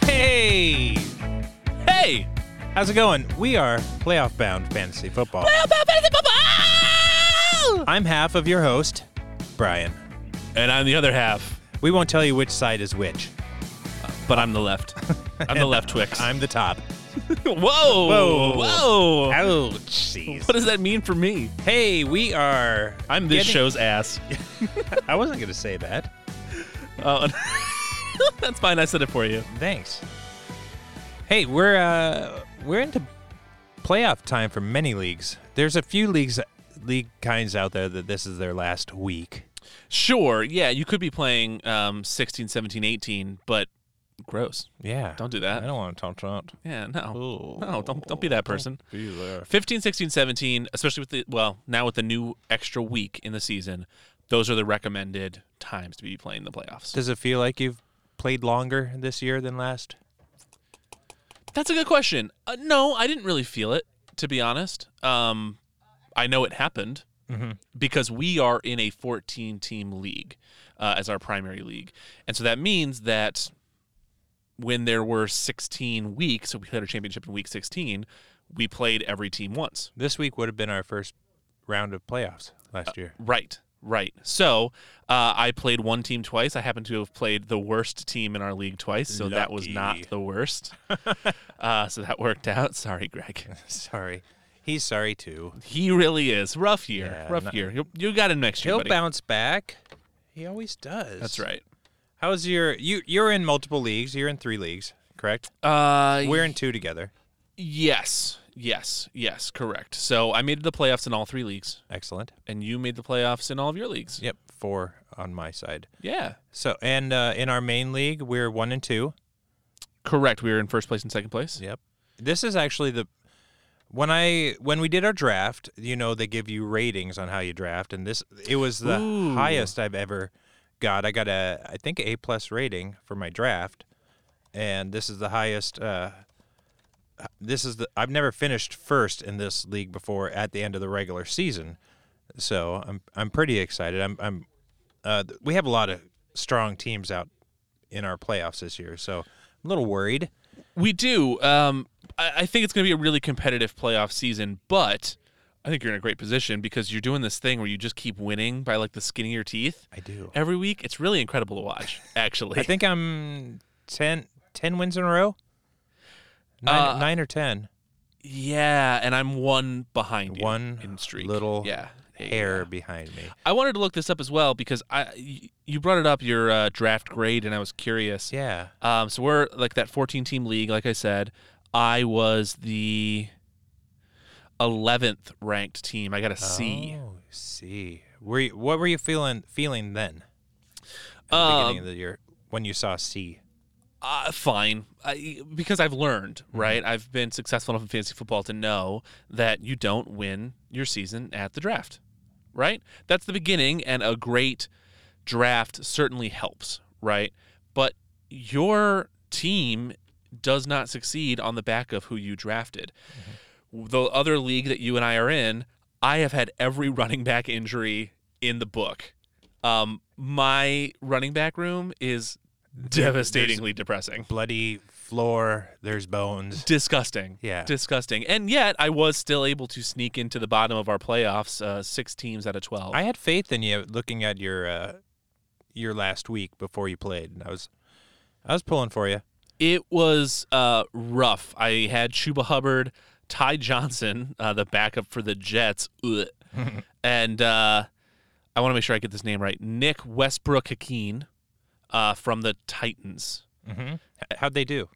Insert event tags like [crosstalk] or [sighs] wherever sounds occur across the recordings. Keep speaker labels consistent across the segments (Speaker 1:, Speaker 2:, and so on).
Speaker 1: Hey! Hey! How's it going? We are playoff bound fantasy football. I'm half of your host, Brian.
Speaker 2: and I'm the other half,
Speaker 1: We won't tell you which side is which.
Speaker 2: but I'm the left.
Speaker 1: [laughs]
Speaker 2: I'm the left Twix.
Speaker 1: I'm the top.
Speaker 2: [laughs] whoa, whoa,
Speaker 1: Ouch. jeez.
Speaker 2: What does that mean for me?
Speaker 1: Hey, we are.
Speaker 2: I'm this
Speaker 1: getting- [laughs]
Speaker 2: show's ass.
Speaker 1: I wasn't going to say that.
Speaker 2: Oh, [laughs] that's fine. I said it for you.
Speaker 1: Thanks. Hey, we're uh we're into playoff time for many leagues. There's a few leagues league kinds out there that this is their last week.
Speaker 2: Sure. Yeah, you could be playing um, 16, 17, 18, but gross.
Speaker 1: Yeah.
Speaker 2: Don't do that.
Speaker 1: I don't want to talk about.
Speaker 2: Yeah, no. No, don't, don't be that person.
Speaker 1: Be there.
Speaker 2: 15, 16, 17, especially with the, well, now with the new extra week in the season, those are the recommended times to be playing the playoffs.
Speaker 1: Does it feel like you've played longer this year than last?
Speaker 2: That's a good question. Uh, no, I didn't really feel it, to be honest. Um, I know it happened because we are in a 14 team league uh, as our primary league. And so that means that when there were 16 weeks, so we played our championship in week 16, we played every team once.
Speaker 1: This week would have been our first round of playoffs
Speaker 2: Uh,
Speaker 1: last year. [laughs]
Speaker 2: Right, right. So uh, I played one team twice. I happen to have played the worst team in our league twice, so that was
Speaker 1: Lucky.
Speaker 2: not the worst. uh, so that worked out. Sorry, Greg.
Speaker 1: sorry. He's sorry too.
Speaker 2: He really is. Rough year.
Speaker 1: Yeah,
Speaker 2: Rough
Speaker 1: not-
Speaker 2: year. You, you got him next year,
Speaker 1: He'll
Speaker 2: buddy.
Speaker 1: bounce back. He always does.
Speaker 2: That's right.
Speaker 1: How's your you you're in multiple leagues. You're in 3 leagues, correct?
Speaker 2: Uh,
Speaker 1: We're in 2 together.
Speaker 2: yes, yes, yes. Correct. So I made the playoffs in all three leagues,
Speaker 1: Excellent.
Speaker 2: and you made the playoffs in all of your leagues.
Speaker 1: Yep, 4 on my side.
Speaker 2: Yeah.
Speaker 1: So, and uh, in our main league, we're 1 and 2.
Speaker 2: Correct. We were in first place and second place.
Speaker 1: Yep. This is actually the when I when we did our draft, you know, they give you ratings on how you draft, and this it was the
Speaker 2: Ooh.
Speaker 1: highest I've ever got. I got a I think A plus rating for my draft, and this is the highest. Uh, this is the I've never finished first in this league before at the end of the regular season, so I'm I'm pretty excited. I'm I'm uh, th- we have a lot of strong teams out in our playoffs this year, so I'm a little worried.
Speaker 2: We do. Um, I, I think it's going to be a really competitive playoff season, but I think you're in a great position because you're doing this thing where you just keep winning by like the skin of your teeth
Speaker 1: I do.
Speaker 2: every week. It's really incredible to watch, [laughs] actually.
Speaker 1: I think I'm 10, 10 wins in a row. Nine,
Speaker 2: Uh,
Speaker 1: nine or ten.
Speaker 2: Yeah, and I'm one behind you
Speaker 1: One
Speaker 2: in streak.
Speaker 1: little
Speaker 2: yeah there you
Speaker 1: hair
Speaker 2: go.
Speaker 1: behind me.
Speaker 2: I wanted to look this up as well because I y- you brought it up your uh, draft grade and I was curious.
Speaker 1: Yeah.
Speaker 2: Um, so we're like that 14 team league. Like I said, I was the 11th ranked team. I got a C.
Speaker 1: Oh, see. Were you, what were you feeling feeling then? At the
Speaker 2: Um,
Speaker 1: beginning of the year when you saw C.
Speaker 2: Uh, fine, I, because I've learned, right? I've been successful enough in fantasy football to know that you don't win your season at the draft, right? That's the beginning, and a great draft certainly helps, right? But your team does not succeed on the back of who you drafted. The other league that you and I are in, I have had every running back injury in the book. Um, my running back room is devastatingly depressing.
Speaker 1: Bloody floor. There's bones.
Speaker 2: Disgusting.
Speaker 1: Yeah.
Speaker 2: Disgusting. And yet, I was still able to sneak into the bottom of our playoffs, uh, six teams out of 12.
Speaker 1: I had faith in you looking at your uh, your last week before you played, and I was I was pulling for you.
Speaker 2: It was uh, rough. I had Chuba Hubbard, Ty Johnson, uh, the backup for the Jets,
Speaker 1: [laughs]
Speaker 2: ugh. and uh, I want to make sure I get this name right. Nick Westbrook Hakeen uh, from the Titans.
Speaker 1: H- How'd they do?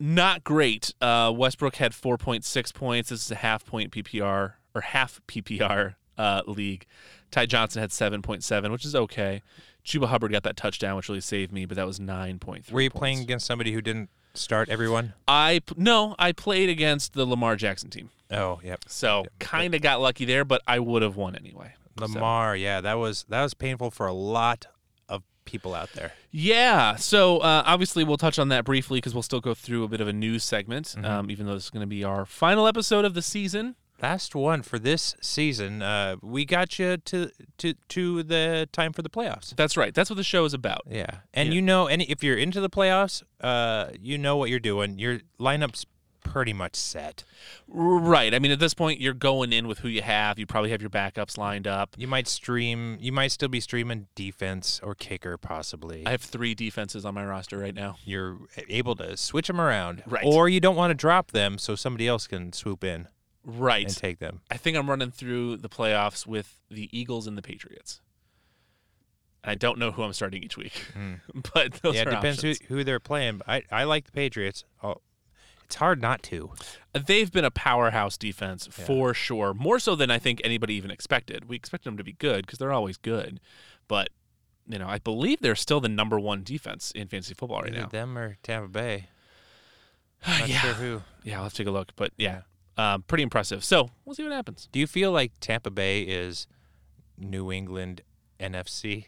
Speaker 2: Not great. Uh, Westbrook had 4.6 points. This is a half point PPR or half PPR uh, league. Ty Johnson had 7.7, which is okay. Chuba Hubbard got that touchdown, which really saved me, but that was 9.3.
Speaker 1: Were you
Speaker 2: points.
Speaker 1: playing against somebody who didn't start everyone?
Speaker 2: I p- no, I played against the Lamar Jackson team,
Speaker 1: Oh, yep.
Speaker 2: so kind of got lucky there, but I would have won anyway. So-
Speaker 1: Lamar, yeah, that was that was painful for a lot of people out there.
Speaker 2: yeah. So uh, obviously, we'll touch on that briefly because we'll still go through a bit of a news segment,
Speaker 1: Mm-hmm.
Speaker 2: um, even though this is going to be our final episode of the season.
Speaker 1: Last one for this season. Uh, we got you to to to the time for the playoffs.
Speaker 2: That's right. That's what the show is about.
Speaker 1: Yeah, and you know, and if you're into the playoffs, uh, you know what you're doing. Your lineup's pretty much set.
Speaker 2: Right. I mean, at this point, you're going in with who you have. You probably have your backups lined up.
Speaker 1: You might stream. You might still be streaming defense or kicker, possibly.
Speaker 2: I have three defenses on my roster right now.
Speaker 1: you're able to switch them around,
Speaker 2: Right.
Speaker 1: or you don't want to drop them so somebody else can swoop in
Speaker 2: Right.
Speaker 1: and take them.
Speaker 2: I think I'm running through the playoffs with the Eagles and the Patriots. I don't know who I'm starting each week, [laughs] but those
Speaker 1: Hmm. yeah,
Speaker 2: are
Speaker 1: it depends who,
Speaker 2: options.
Speaker 1: who they're playing. I I like the Patriots. Oh, it's hard not to.
Speaker 2: They've been a powerhouse defense for sure, more so than I think anybody even expected. We expected them to be good because they're always good, but you know, I believe they're still the number one defense in fantasy football right
Speaker 1: Either
Speaker 2: now.
Speaker 1: them or Tampa Bay.
Speaker 2: [sighs]
Speaker 1: Not
Speaker 2: yeah,
Speaker 1: sure who.
Speaker 2: yeah, I'll have to take a look, but yeah, um, pretty impressive. So we'll see what happens.
Speaker 1: Do you feel like Tampa Bay is New England NFC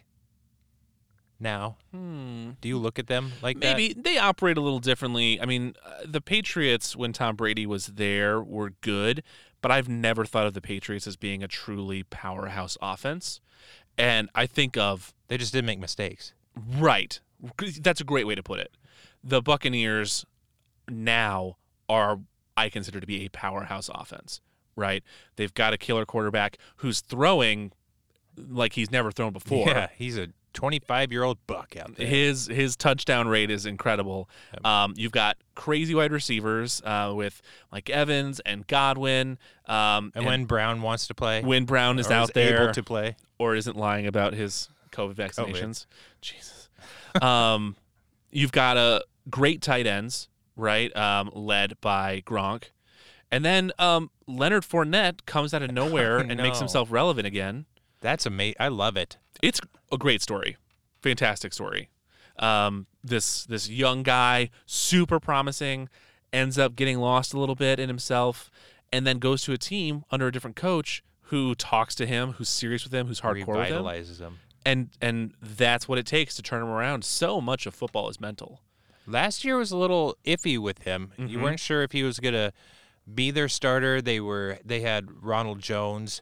Speaker 1: now? Do you look at them like Hmm. that?
Speaker 2: Maybe they operate a little differently. I mean, uh, the Patriots when Tom Brady was there were good, but I've never thought of the Patriots as being a truly powerhouse offense. And I think of
Speaker 1: They just didn't make mistakes.
Speaker 2: right. That's a great way to put it. The Buccaneers now are I consider to be a powerhouse offense, right? They've got a killer quarterback who's throwing like he's never thrown before.
Speaker 1: Yeah, he's a 25 year old buck out there.
Speaker 2: His his touchdown rate is incredible. Um, you've got crazy wide receivers uh, with like Evans and Godwin. Um,
Speaker 1: and when Brown wants to play,
Speaker 2: when Brown is
Speaker 1: or
Speaker 2: out
Speaker 1: is
Speaker 2: there
Speaker 1: able to play,
Speaker 2: or isn't lying about his COVID
Speaker 1: yeah.
Speaker 2: vaccinations, Jesus, um, you've got a great tight ends right um, led by Gronk, and then um, Leonard Fournette
Speaker 1: [laughs]
Speaker 2: comes out of nowhere and makes
Speaker 1: no.
Speaker 2: himself relevant again.
Speaker 1: that's amazing. I love it.
Speaker 2: it's a great story, fantastic story. Um, this this young guy, super promising, ends up getting lost a little bit in himself, and then goes to a team under a different coach who talks to him, who's serious with him, who's hardcore with him,
Speaker 1: Revitalizes him.
Speaker 2: and and that's what it takes to turn him around. So much of football is mental.
Speaker 1: Last year was a little iffy with him. You weren't sure if he was gonna be their starter. They were they had Ronald Jones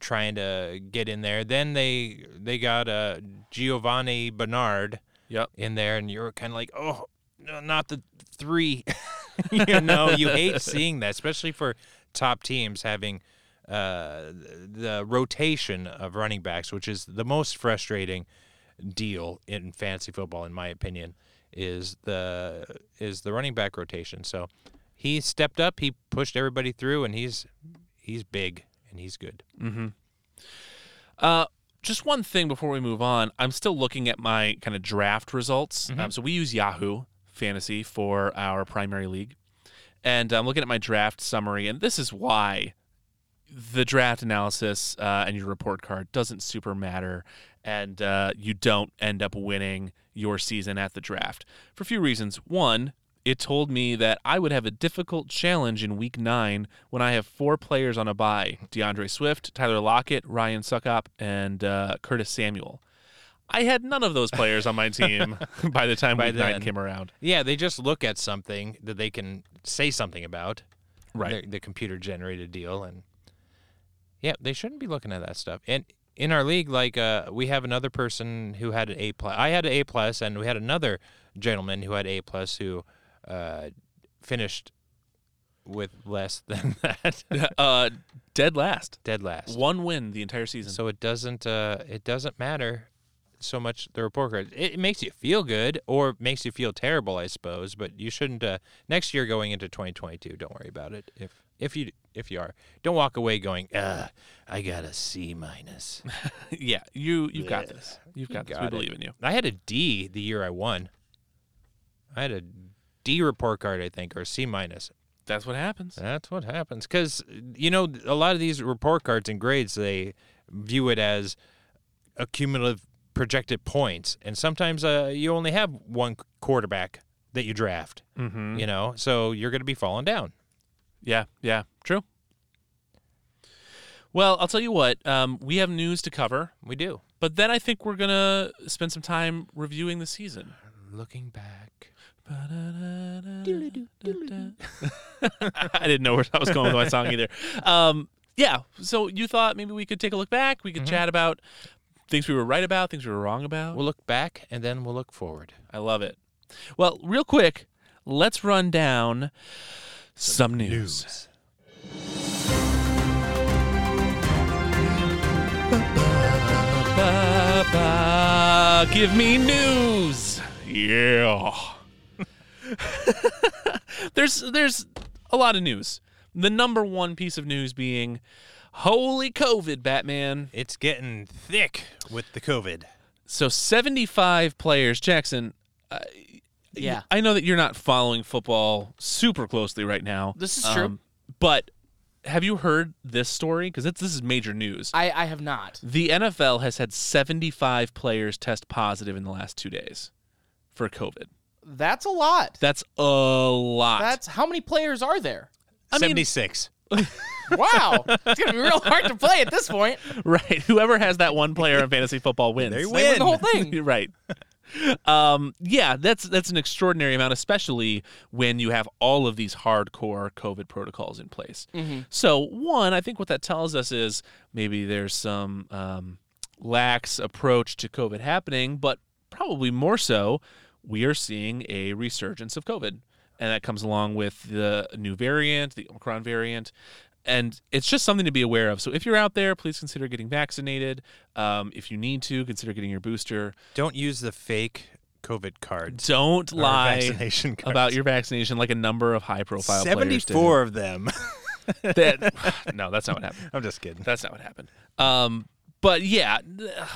Speaker 1: trying to get in there. Then they they got uh, Giovanni Bernard
Speaker 2: Yep.
Speaker 1: in there, and you were kind of like, oh, no, not the three. [laughs] you know, you hate seeing that, especially for top teams having uh, the rotation of running backs, which is the most frustrating deal in fantasy football, in my opinion, is the is the running back rotation. So he stepped up, he pushed everybody through, and he's he's big and he's good.
Speaker 2: Uh, just one thing before we move on. I'm still looking at my kind of draft results. Um, so we use Yahoo Fantasy for our primary league. And I'm looking at my draft summary, and this is why the draft analysis uh, and your report card doesn't super matter, and uh, you don't end up winning your season at the draft for a few reasons. One, it told me that I would have a difficult challenge in week nine when I have four players on a bye DeAndre Swift, Tyler Lockett, Ryan Suckup, and uh, Curtis Samuel. I had none of those players on
Speaker 1: [laughs]
Speaker 2: my team by the time
Speaker 1: By
Speaker 2: week nine
Speaker 1: then. [laughs]
Speaker 2: came around.
Speaker 1: Yeah, they just look at something that they can say something about.
Speaker 2: Right.
Speaker 1: The, the computer generated deal and yeah, they shouldn't be looking at that stuff. And in our league, like uh, we have another person who had an A plus. I had an A plus, and we had another gentleman who had A plus who uh, finished with less [laughs] than that,
Speaker 2: uh, dead last.
Speaker 1: dead last.
Speaker 2: One win the entire season.
Speaker 1: So it doesn't uh, it doesn't matter so much the report card. It it makes you feel good or it makes you feel terrible, I suppose. But you shouldn't. Uh, next year, going into 2022, don't worry about it. If if you if you are, don't walk away going, Ugh, I got a C
Speaker 2: [laughs]
Speaker 1: minus.
Speaker 2: [laughs] yeah, you you've got this. You've got, this.
Speaker 1: got
Speaker 2: We
Speaker 1: it.
Speaker 2: believe in you.
Speaker 1: I had a D the year I won. I had a D report card, I think, or C minus.
Speaker 2: That's what happens.
Speaker 1: That's what happens because you know a lot of these report cards and grades they view it as accumulative projected points, and sometimes uh, you only have one quarterback that you draft.
Speaker 2: Mm-hmm.
Speaker 1: You know, so you're going to be falling down.
Speaker 2: Yeah, yeah, true. Well, I'll tell you what. Um, we have news to cover,
Speaker 1: We do.
Speaker 2: but then I think we're gonna spend some time reviewing the season.
Speaker 1: Looking back,
Speaker 2: [laughs] I didn't know where I was going with my song either. Um, yeah, so you thought maybe we could take a look back. We could
Speaker 1: Mm-hmm.
Speaker 2: chat about things we were right about, things we were wrong about.
Speaker 1: we'll look back and then we'll look forward.
Speaker 2: I love it. Well, real quick, let's run down some, news. Ba-ba, [laughs] give me news. Yeah. [laughs] there's there's a lot of news. The number one piece of news being, holy COVID, Batman.
Speaker 1: It's getting thick with the COVID.
Speaker 2: So 75 players, Jackson. uh,
Speaker 3: Yeah.
Speaker 2: I know that you're not following football super closely right now. Um,
Speaker 3: This is true.
Speaker 2: But have you heard this story? Because this is major news.
Speaker 3: I, I have not.
Speaker 2: The NFL has had 75 players test positive in the last two days for COVID.
Speaker 3: That's a lot.
Speaker 2: That's a lot.
Speaker 3: That's how many players are there?
Speaker 2: I mean-
Speaker 1: Seventy six.
Speaker 4: [laughs]
Speaker 3: Wow. it's gonna be real hard to play at this point.
Speaker 2: [laughs] right. Whoever has that one player in fantasy football wins.
Speaker 1: They
Speaker 3: They win the whole
Speaker 2: You're [laughs]
Speaker 3: thing.
Speaker 2: right. Um, yeah, that's that's an extraordinary amount, especially when you have all of these hardcore COVID protocols in place. So, one, I think what that tells us is maybe there's some um, lax approach to COVID happening, but probably more so, we are seeing a resurgence of COVID, and that comes along with the new variant, the Omicron variant. And it's just something to be aware of. So if you're out there, please consider getting vaccinated. Um, if you need to, consider getting your booster.
Speaker 1: Don't use the fake COVID cards.
Speaker 2: Don't
Speaker 1: or
Speaker 2: lie
Speaker 1: vaccination cards.
Speaker 2: about your vaccination like a number of high profile players did.
Speaker 1: 74 of them.
Speaker 2: [laughs] That- no,
Speaker 1: [laughs]
Speaker 2: that's not what happened.
Speaker 1: I'm just kidding.
Speaker 2: That's not what happened. Um, but yeah. [sighs] ugh.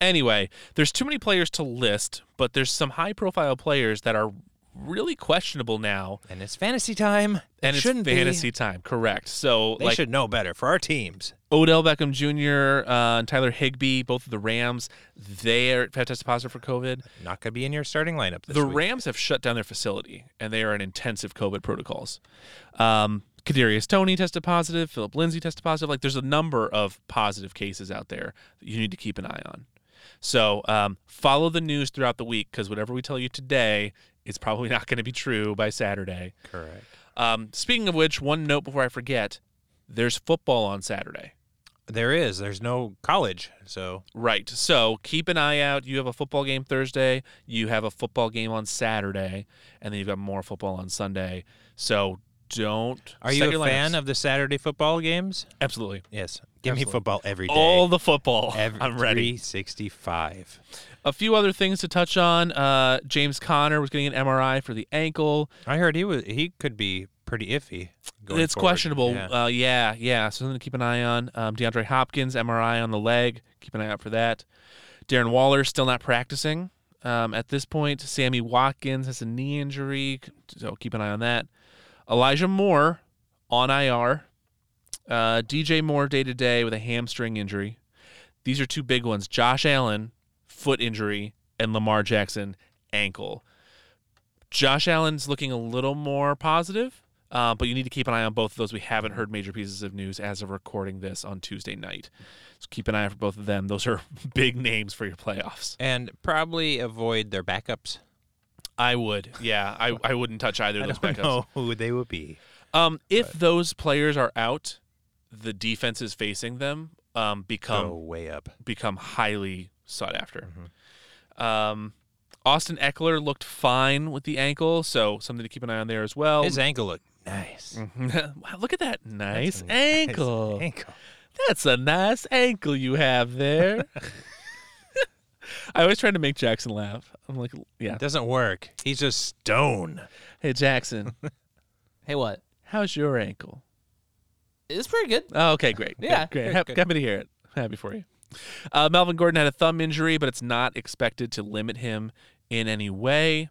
Speaker 2: Anyway, there's too many players to list, but there's some high profile players that are really questionable now.
Speaker 1: And it's fantasy time.
Speaker 2: And
Speaker 1: it
Speaker 2: it's
Speaker 1: shouldn't
Speaker 2: fantasy
Speaker 1: Be.
Speaker 2: time, correct? So
Speaker 1: They
Speaker 2: like
Speaker 1: should know better for our teams.
Speaker 2: Odell Beckham Jr. Uh, and Tyler Higbee, both of the Rams, they are have tested positive for COVID.
Speaker 1: Not gonna be in your starting lineup. This
Speaker 2: the
Speaker 1: week.
Speaker 2: Rams have shut down their facility and they are in intensive COVID protocols. Um, Kadarius Tony tested positive. Philip Lindsay tested positive. Like, there's a number of positive cases out there that you need to keep an eye on. So um, follow the news throughout the week because whatever we tell you today is probably [laughs] not going to be true by Saturday.
Speaker 1: Correct.
Speaker 2: Um, speaking of which, one note before I forget: there's football on Saturday.
Speaker 1: There is. There's no college, so
Speaker 2: Right. So keep an eye out. You have a football game Thursday. You have a football game on Saturday, and then you've got more football on Sunday. So don't.
Speaker 1: are
Speaker 2: set
Speaker 1: you
Speaker 2: your
Speaker 1: a fan
Speaker 2: lineups.
Speaker 1: of the Saturday football games?
Speaker 2: Absolutely.
Speaker 1: Yes. Give me football every day.
Speaker 2: All the football.
Speaker 1: Every
Speaker 2: [laughs] I'm ready.
Speaker 1: 365.
Speaker 2: A few other things to touch on. Uh, James Conner was getting an MRI for the ankle.
Speaker 1: I heard he was he could be pretty iffy. going
Speaker 2: it's
Speaker 1: forward.
Speaker 2: questionable.
Speaker 1: Yeah.
Speaker 2: Uh, yeah, yeah. So something to keep an eye on. Um, DeAndre Hopkins MRI on the leg. Keep an eye out for that. Darren Waller still not practicing um, at this point. Sammy Watkins has a knee injury, so keep an eye on that. Elijah Moore on IR. Uh, DJ Moore day to day with a hamstring injury. These are two big ones. Josh Allen foot injury and Lamar Jackson ankle. Josh Allen's looking a little more positive, uh, but you need to keep an eye on both of those. We haven't heard major pieces of news as of recording this on Tuesday night. So keep an eye out for both of them. Those are [laughs] big names for your playoffs.
Speaker 1: And probably avoid their backups.
Speaker 2: I would, yeah, I, I wouldn't touch either of
Speaker 1: I
Speaker 2: those
Speaker 1: don't
Speaker 2: backups.
Speaker 1: know Oh, who they would be.
Speaker 2: Um, if those players are out, the defenses facing them um, become
Speaker 1: Go way up.
Speaker 2: become highly sought after. Um, Austin Eckler looked fine with the ankle, so something to keep an eye on there as well.
Speaker 1: His ankle looked nice.
Speaker 2: Mm-hmm. [laughs] wow, look at that nice
Speaker 1: Nice
Speaker 2: ankle.
Speaker 1: ankle.
Speaker 2: That's a nice ankle you have there. [laughs] I always try to make Jackson laugh. I'm like, yeah.
Speaker 1: Doesn't work. He's just stone.
Speaker 2: Hey Jackson,
Speaker 3: Hey, what?
Speaker 2: how's your ankle?
Speaker 3: It's pretty good.
Speaker 2: Oh, okay, great.
Speaker 3: Yeah,
Speaker 2: great. great.
Speaker 3: good,
Speaker 2: Hap-
Speaker 3: good.
Speaker 2: Happy to hear it. Happy for you. Uh, Melvin Gordon had a thumb injury, but it's not expected to limit him in any way.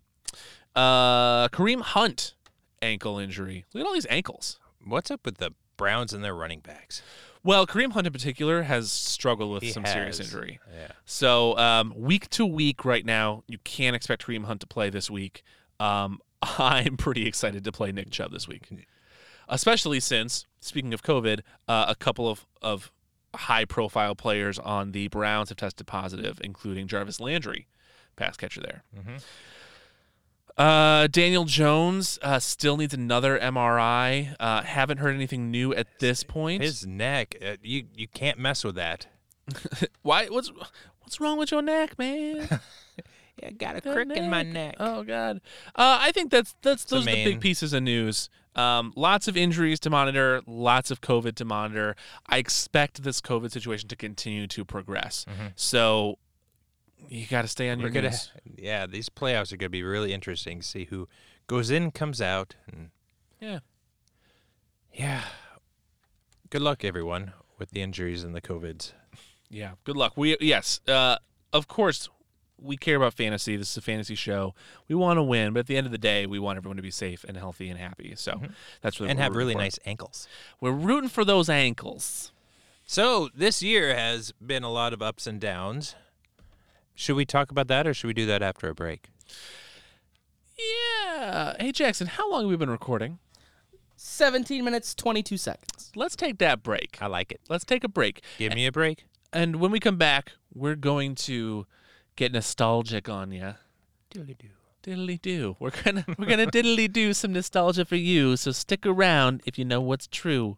Speaker 2: Uh, Kareem Hunt ankle injury. Look at all these ankles.
Speaker 1: What's up with the Browns and their running backs?
Speaker 2: Well, Kareem Hunt in particular has struggled with some serious
Speaker 1: has.
Speaker 2: injury.
Speaker 1: Yeah.
Speaker 2: So um, week to week right now, you can't expect Kareem Hunt to play this week. Um, [laughs] I'm pretty excited to play Nick Chubb this week, especially since speaking of COVID, uh, a couple of of high profile players on the Browns have tested positive, including Jarvis Landry, pass catcher there.
Speaker 1: Mm-hmm.
Speaker 2: Uh, Daniel Jones uh, still needs another MRI. Uh, haven't heard anything new at this point.
Speaker 1: His neck, uh, you you can't mess with that.
Speaker 2: Why? What's what's wrong with your neck, man?
Speaker 1: I got a
Speaker 2: The
Speaker 1: crick in my neck.
Speaker 2: Oh God. Uh, I think that's that's
Speaker 1: the
Speaker 2: those are the
Speaker 1: main-
Speaker 2: big pieces of news. Um, lots of injuries to monitor, lots of COVID to monitor. I expect this COVID situation to continue to progress. So you got to stay on
Speaker 1: Mm-hmm. We're
Speaker 2: your
Speaker 1: gonna,
Speaker 2: news.
Speaker 1: yeah, these playoffs are going to be really interesting to see who goes in, comes out. And
Speaker 2: Yeah.
Speaker 1: yeah. Good luck, everyone, with the injuries and the COVIDs.
Speaker 2: Yeah. Good luck. We yes. Uh, of course, we care about fantasy. This is a fantasy show. We want to win, but at the end of the day, we want everyone to be safe and healthy and happy. So that's really
Speaker 1: Mm-hmm. and
Speaker 2: what
Speaker 1: have
Speaker 2: we're
Speaker 1: really
Speaker 2: rooting for.
Speaker 1: nice ankles.
Speaker 2: We're rooting for those ankles.
Speaker 1: So this year has been a lot of ups and downs. Should we talk about that or should we do that after a break?
Speaker 2: Yeah. Hey Jackson, how long have we been recording?
Speaker 3: 17 minutes, 22 seconds.
Speaker 2: Let's take that break.
Speaker 1: I like it.
Speaker 2: Let's take a break.
Speaker 1: Give me a break.
Speaker 2: And when we come back, we're going to get nostalgic on you. Diddly do. We're gonna we're gonna diddly do some nostalgia for you. So stick around if you know what's true.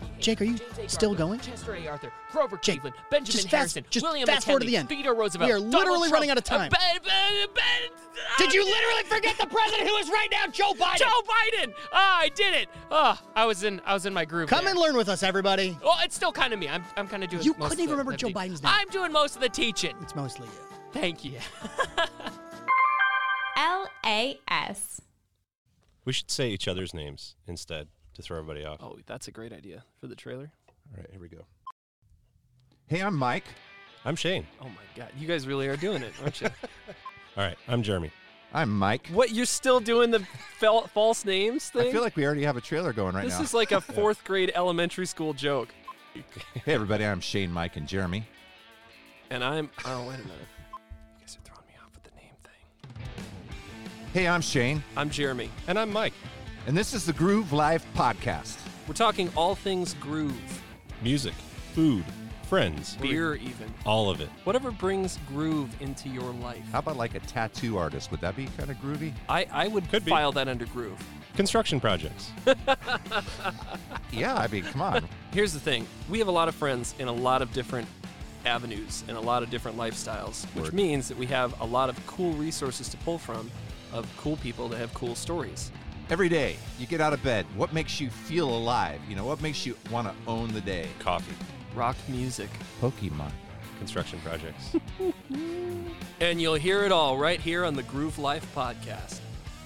Speaker 5: Jake, are you
Speaker 4: James A.
Speaker 5: still
Speaker 4: Garfield,
Speaker 5: going?
Speaker 4: Chester A. Arthur, Grover
Speaker 5: Jake,
Speaker 4: Cleveland, Benjamin
Speaker 5: just fast-
Speaker 4: Harrison,
Speaker 5: just
Speaker 4: William
Speaker 5: fast
Speaker 4: F.
Speaker 5: forward to
Speaker 4: Henley,
Speaker 5: the end.
Speaker 4: Theodore Roosevelt.
Speaker 5: We are
Speaker 4: Donald
Speaker 5: literally
Speaker 4: Trump,
Speaker 5: running out of
Speaker 4: uh,
Speaker 5: time.
Speaker 4: Ben- Ben- Ben-
Speaker 5: Did you literally forget the president who is right now, Joe Biden?
Speaker 4: Joe Biden! Ah, I did it! Ah, I was in I was in my groove.
Speaker 5: Come
Speaker 4: there.
Speaker 5: and learn with us, everybody.
Speaker 4: Well, it's still kind of me. I'm, I'm kind of doing.
Speaker 5: You
Speaker 4: most of
Speaker 5: couldn't even
Speaker 4: the-
Speaker 5: remember
Speaker 4: the
Speaker 5: Joe
Speaker 4: te-
Speaker 5: Biden's name.
Speaker 4: I'm doing most of the teaching. [laughs]
Speaker 5: It's mostly you.
Speaker 4: Thank you.
Speaker 6: LAS.
Speaker 7: We should say each other's names instead to throw everybody off.
Speaker 3: Oh, that's a great idea for the trailer.
Speaker 7: All right, here we go.
Speaker 8: Hey, I'm Mike.
Speaker 7: I'm Shane.
Speaker 3: Oh my god, you guys really are doing it, aren't you? [laughs]
Speaker 7: All right, I'm Jeremy.
Speaker 8: I'm Mike.
Speaker 3: what, you're still doing the fel- false names thing?
Speaker 8: I feel like we already have a trailer going right
Speaker 3: this
Speaker 8: now.
Speaker 3: is
Speaker 8: [laughs]
Speaker 3: like a fourth grade elementary school joke.
Speaker 8: hey, everybody, I'm Shane, Mike, and Jeremy.
Speaker 3: And I'm. Oh, wait a minute. You guys are throwing me off with the name thing.
Speaker 8: Hey, I'm Shane,
Speaker 3: I'm Jeremy.
Speaker 7: And I'm Mike.
Speaker 8: and this is the Groove Live Podcast.
Speaker 3: We're talking all things groove,
Speaker 7: Music, food, friends,
Speaker 3: beer, even.
Speaker 7: all of it.
Speaker 3: Whatever brings groove into your life.
Speaker 8: How about like a tattoo artist? Would that be kind of groovy?
Speaker 3: I, I would
Speaker 7: Could be.
Speaker 3: file that under groove.
Speaker 7: Construction projects.
Speaker 8: Yeah, I mean, come on.
Speaker 3: Here's the thing we have a lot of friends in a lot of different avenues and a lot of different lifestyles, which
Speaker 8: Word.
Speaker 3: means that we have a lot of cool resources to pull from of cool people that have cool stories.
Speaker 8: Every day you get out of bed. What makes you feel alive? You know, what makes you want to own the day?
Speaker 7: Coffee.
Speaker 3: Rock music.
Speaker 8: Pokemon.
Speaker 7: Construction projects. [laughs]
Speaker 3: And you'll hear it all right here on the Groove Life Podcast.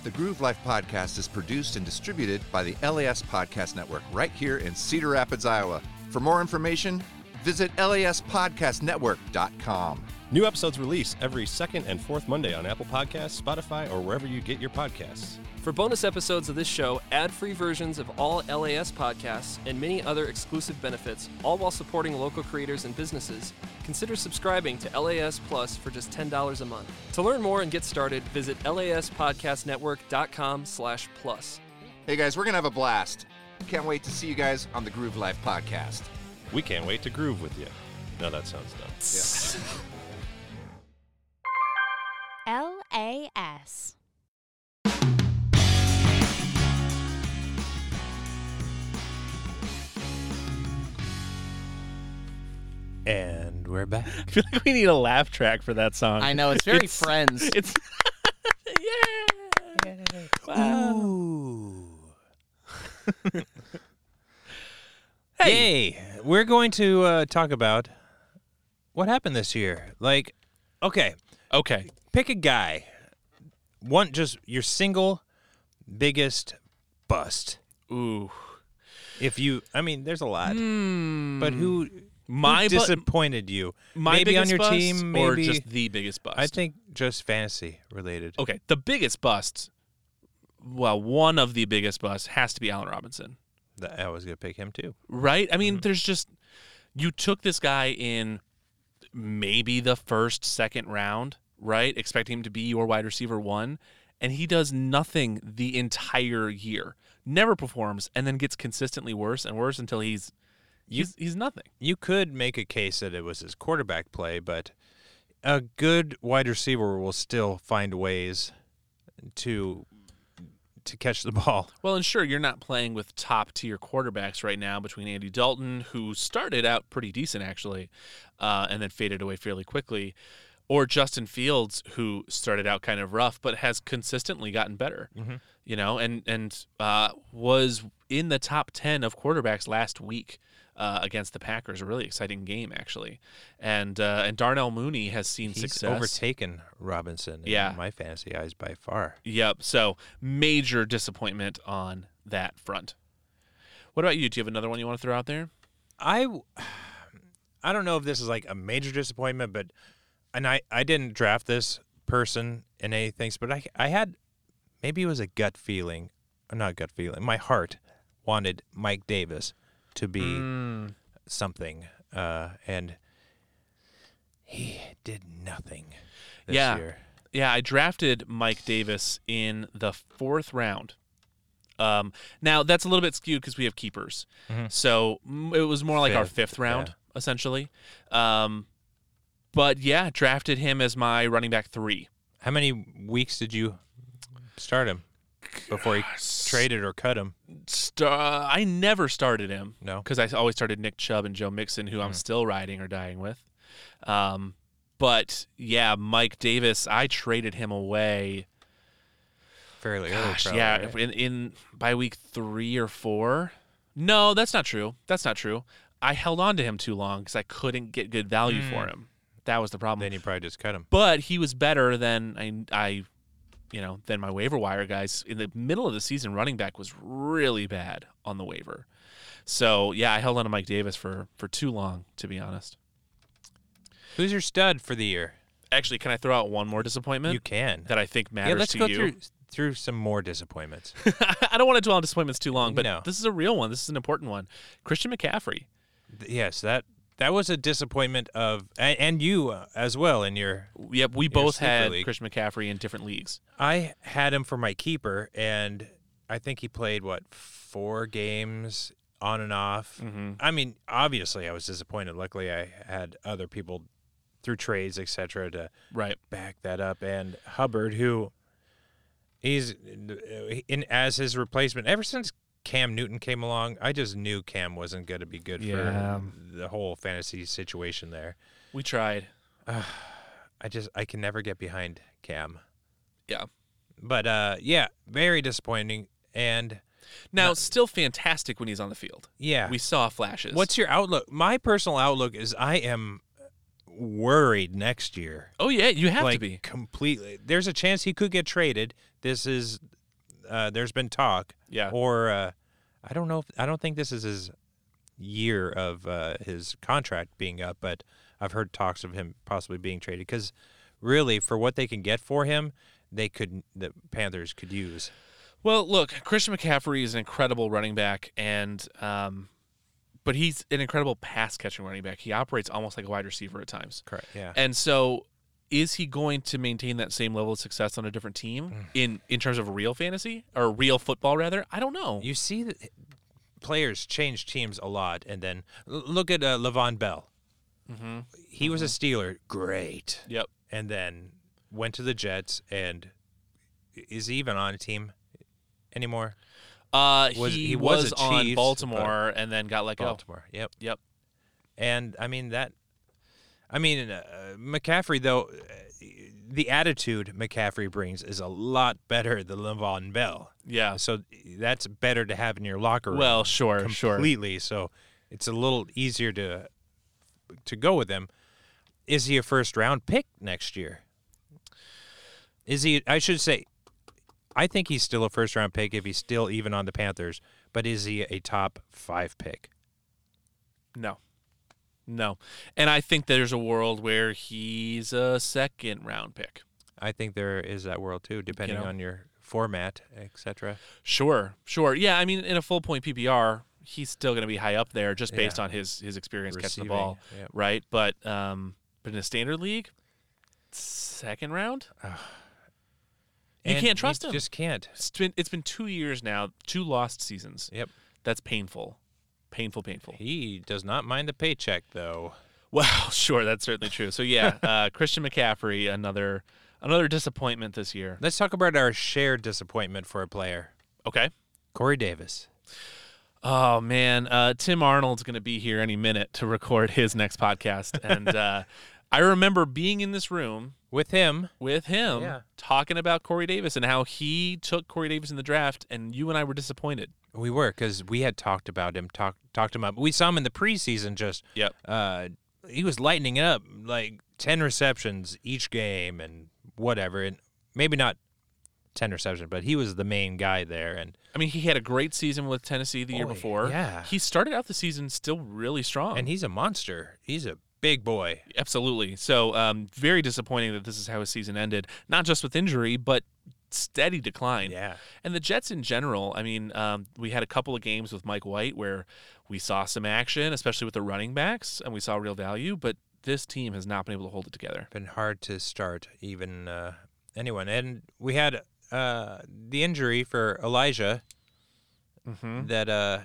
Speaker 8: The Groove Life Podcast is produced and distributed by the LAS Podcast Network right here in Cedar Rapids, Iowa. For more information, visit laspodcastnetwork.com.
Speaker 7: New episodes release every second and fourth Monday on Apple Podcasts, Spotify, or wherever you get your podcasts.
Speaker 3: For bonus episodes of this show, ad free versions of all LAS podcasts, and many other exclusive benefits, all while supporting local creators and businesses, consider subscribing to LAS Plus for just $10 a month. To learn more and get started, visit laspodcastnetwork.com slash plus.
Speaker 8: Hey guys, we're going to have a blast. Can't wait to see you guys on the Groove Life podcast.
Speaker 7: We can't wait to groove with you. No, that sounds dumb.
Speaker 6: LAS.
Speaker 1: And we're back.
Speaker 2: I feel like we need a laugh track for that song.
Speaker 9: I know, it's very Friends.
Speaker 2: [laughs]
Speaker 7: [laughs]
Speaker 2: It's
Speaker 1: Hey, we're going to uh, talk about what happened this year. Like, okay,
Speaker 2: okay.
Speaker 1: pick a guy. One, just your single biggest bust.
Speaker 2: Ooh,
Speaker 1: If you, I mean, there's a lot, but who,
Speaker 2: My
Speaker 1: who
Speaker 2: Hmm. bu-
Speaker 1: disappointed you?
Speaker 2: my
Speaker 1: maybe on
Speaker 2: biggest
Speaker 1: your
Speaker 2: bust
Speaker 1: team, maybe
Speaker 2: or just the biggest bust.
Speaker 1: I think just fantasy related.
Speaker 2: okay, the biggest bust. Well, one of the biggest busts has to be Allen Robinson.
Speaker 1: That- I was gonna pick him too.
Speaker 2: right? I mean, there's just you took this guy in maybe the first, second round, right? Expecting him to be your wide receiver one, and he does nothing the entire year. Never performs, and then gets consistently worse and worse until he's he's, he's nothing.
Speaker 1: you could make a case that it was his quarterback play, but a good wide receiver will still find ways to to catch the [laughs] ball.
Speaker 2: Well, and sure, you're not playing with top tier quarterbacks right now between Andy Dalton, who started out pretty decent actually, uh, and then faded away fairly quickly, or Justin Fields, who started out kind of rough but has consistently gotten better. You know, and and uh, was in the top ten of quarterbacks last week. Uh, against the Packers, a really exciting game actually, and uh, and Darnell Mooney has seen
Speaker 1: He's
Speaker 2: success.
Speaker 1: overtaken Robinson in
Speaker 2: Yeah.
Speaker 1: my fantasy eyes by far.
Speaker 2: Yep. So major disappointment on that front. What about you? Do you have another one you want to throw out there?
Speaker 1: I w- [sighs] I don't know if this is like a major disappointment, but and I I didn't draft this person in any things, but I I had maybe it was a gut feeling, or not gut feeling. My heart wanted Mike Davis to be
Speaker 2: Mm.
Speaker 1: something, uh, and he did nothing this
Speaker 2: yeah.
Speaker 1: year.
Speaker 2: Yeah, I drafted Mike Davis in the fourth round. Um, now that's a little bit skewed because we have keepers, so mm, it was more like our
Speaker 1: Fifth,
Speaker 2: fifth round
Speaker 1: yeah.
Speaker 2: essentially. Um, but yeah, drafted him as my running back three.
Speaker 1: How many weeks did you start him before he traded or cut him?
Speaker 2: Star- uh, I never started him.
Speaker 1: No. Mm.
Speaker 2: because I always started Nick Chubb and Joe Mixon, who I'm still riding or dying with. Um, but yeah, Mike Davis, I traded him away.
Speaker 1: Fairly early,
Speaker 2: Gosh,
Speaker 1: probably,
Speaker 2: yeah,
Speaker 1: right?
Speaker 2: in, in by week three or four. No, that's not true. That's not true. I held on to him too long because I couldn't get good value for him. That was the problem.
Speaker 1: Mm. Then you probably just cut him.
Speaker 2: but he was better than I, I, you know, than my waiver wire guys. In the middle of the season, running back was really bad on the waiver. So yeah, I held on to Mike Davis for for too long, to be honest.
Speaker 1: Who's your stud for the year?
Speaker 2: Actually, can I throw out one more disappointment
Speaker 1: You can.
Speaker 2: that I think matters
Speaker 1: yeah, let's
Speaker 2: to
Speaker 1: go
Speaker 2: you?
Speaker 1: through through some more disappointments.
Speaker 2: [laughs]
Speaker 1: [laughs]
Speaker 2: I don't want to dwell on disappointments too long, but
Speaker 1: No.
Speaker 2: this is a real one. This is an important one. Christian McCaffrey.
Speaker 1: Th- yes, that that was a disappointment of and, and you uh, as well in your
Speaker 2: Yep, we
Speaker 1: Your
Speaker 2: both
Speaker 1: sleeper
Speaker 2: had
Speaker 1: league.
Speaker 2: Christian McCaffrey in different leagues.
Speaker 1: I had him for my keeper and I think he played what four games on and off.
Speaker 2: Mm-hmm.
Speaker 1: I mean, obviously I was disappointed. Luckily I had other people through trades, etc. to
Speaker 2: Right.
Speaker 1: back that up and Hubbard who he's in as his replacement ever since Cam Newton came along, I just knew Cam wasn't going to be good
Speaker 2: Yeah.
Speaker 1: for the whole fantasy situation there.
Speaker 2: We tried.
Speaker 1: I just I can never get behind Cam.
Speaker 2: Yeah.
Speaker 1: But uh yeah, very disappointing and
Speaker 2: Now, still fantastic when he's on the field.
Speaker 1: yeah.
Speaker 2: We saw flashes.
Speaker 1: What's your outlook? My personal outlook is I am worried next year.
Speaker 2: Oh yeah, you have
Speaker 1: like
Speaker 2: to be.
Speaker 1: completely. There's a chance he could get traded. This is uh there's been talk.
Speaker 2: Yeah.
Speaker 1: Or uh I don't know if I don't think this is his year of uh, his contract being up, but I've heard talks of him possibly being traded because really, for what they can get for him, they could the Panthers could use.
Speaker 2: Well, look, Christian McCaffrey is an incredible running back, and um, but he's an incredible pass catching running back. He operates almost like a wide receiver at times.
Speaker 1: Correct. Yeah.
Speaker 2: And so, is he going to maintain that same level of success on a different
Speaker 1: Mm.
Speaker 2: team in in terms of real fantasy or real football rather? I don't know.
Speaker 1: You see that players change teams a lot, and then l- look at uh, Levon Bell.
Speaker 2: Mm-hmm.
Speaker 1: He was a Steeler, great,
Speaker 2: Yep.
Speaker 1: and then went to the Jets, and is he even on a team anymore?
Speaker 2: Uh,
Speaker 1: Was-
Speaker 2: he,
Speaker 1: he was
Speaker 2: was,
Speaker 1: a
Speaker 2: on
Speaker 1: Chiefs,
Speaker 2: Baltimore and then got let go.
Speaker 1: Baltimore. Yep.
Speaker 2: Yep.
Speaker 1: And I mean that. I mean uh, McCaffrey though, uh, the attitude McCaffrey brings is a lot better than Levon Bell.
Speaker 2: Yeah.
Speaker 1: So that's better to have in your locker room.
Speaker 2: Well, sure, sure.
Speaker 1: completely. So it's a little easier to to go with him. Is he a first round pick next year? Is he? I should say, I think he's still a first round pick if he's still even on the Panthers. But is he a top five pick?
Speaker 2: No. No. And I think there's a world where he's a second round pick.
Speaker 1: I think there is that world too, depending
Speaker 2: know.
Speaker 1: on your format, etc.
Speaker 2: Sure, sure. Yeah, I mean, in a full point PPR, he's still going to be high up there just based
Speaker 1: Yeah.
Speaker 2: on his his experience catching the
Speaker 1: Receiving,
Speaker 2: ball,
Speaker 1: yep.
Speaker 2: right? But um, but in a standard league, second round, you can't trust him.
Speaker 1: Just can't.
Speaker 2: It's been it's been two years now, two lost seasons.
Speaker 1: Yep.
Speaker 2: That's painful, painful, painful.
Speaker 1: He does not mind the paycheck though.
Speaker 2: [laughs] Well, sure, that's certainly true. So yeah, uh, Christian McCaffrey, another another disappointment this year.
Speaker 1: Let's talk about our shared disappointment for a player,
Speaker 2: Okay.
Speaker 1: Corey Davis.
Speaker 2: Oh man, uh, Tim Arnold's going to be here any minute to record his next podcast,
Speaker 1: [laughs]
Speaker 2: and uh, I remember being in this room
Speaker 1: With him,
Speaker 2: with him
Speaker 1: Yeah.
Speaker 2: talking about Corey Davis and how he took Corey Davis in the draft, and you and I were disappointed.
Speaker 1: We were because we had talked about him, talked talked him up. We saw him in the preseason. Just
Speaker 2: Yep.
Speaker 1: uh, he was lightening it up, like ten receptions each game and whatever, and maybe not ten receptions, but he was the main guy there. And
Speaker 2: I mean, he had a great season with Tennessee the year
Speaker 1: Boy,
Speaker 2: before.
Speaker 1: yeah.
Speaker 2: he started out the season still really strong,
Speaker 1: and he's a monster. He's a big boy.
Speaker 2: absolutely. So, um, very disappointing that this is how his season ended. Not just with injury, but steady decline.
Speaker 1: Yeah.
Speaker 2: And the Jets in general, I mean, um, we had a couple of games with Mike White where we saw some action, especially with the running backs, and we saw real value, but this team has not been able to hold it together.
Speaker 1: Been hard to start even uh, anyone. And we had uh, the injury for Elijah
Speaker 2: Mm-hmm.
Speaker 1: that uh,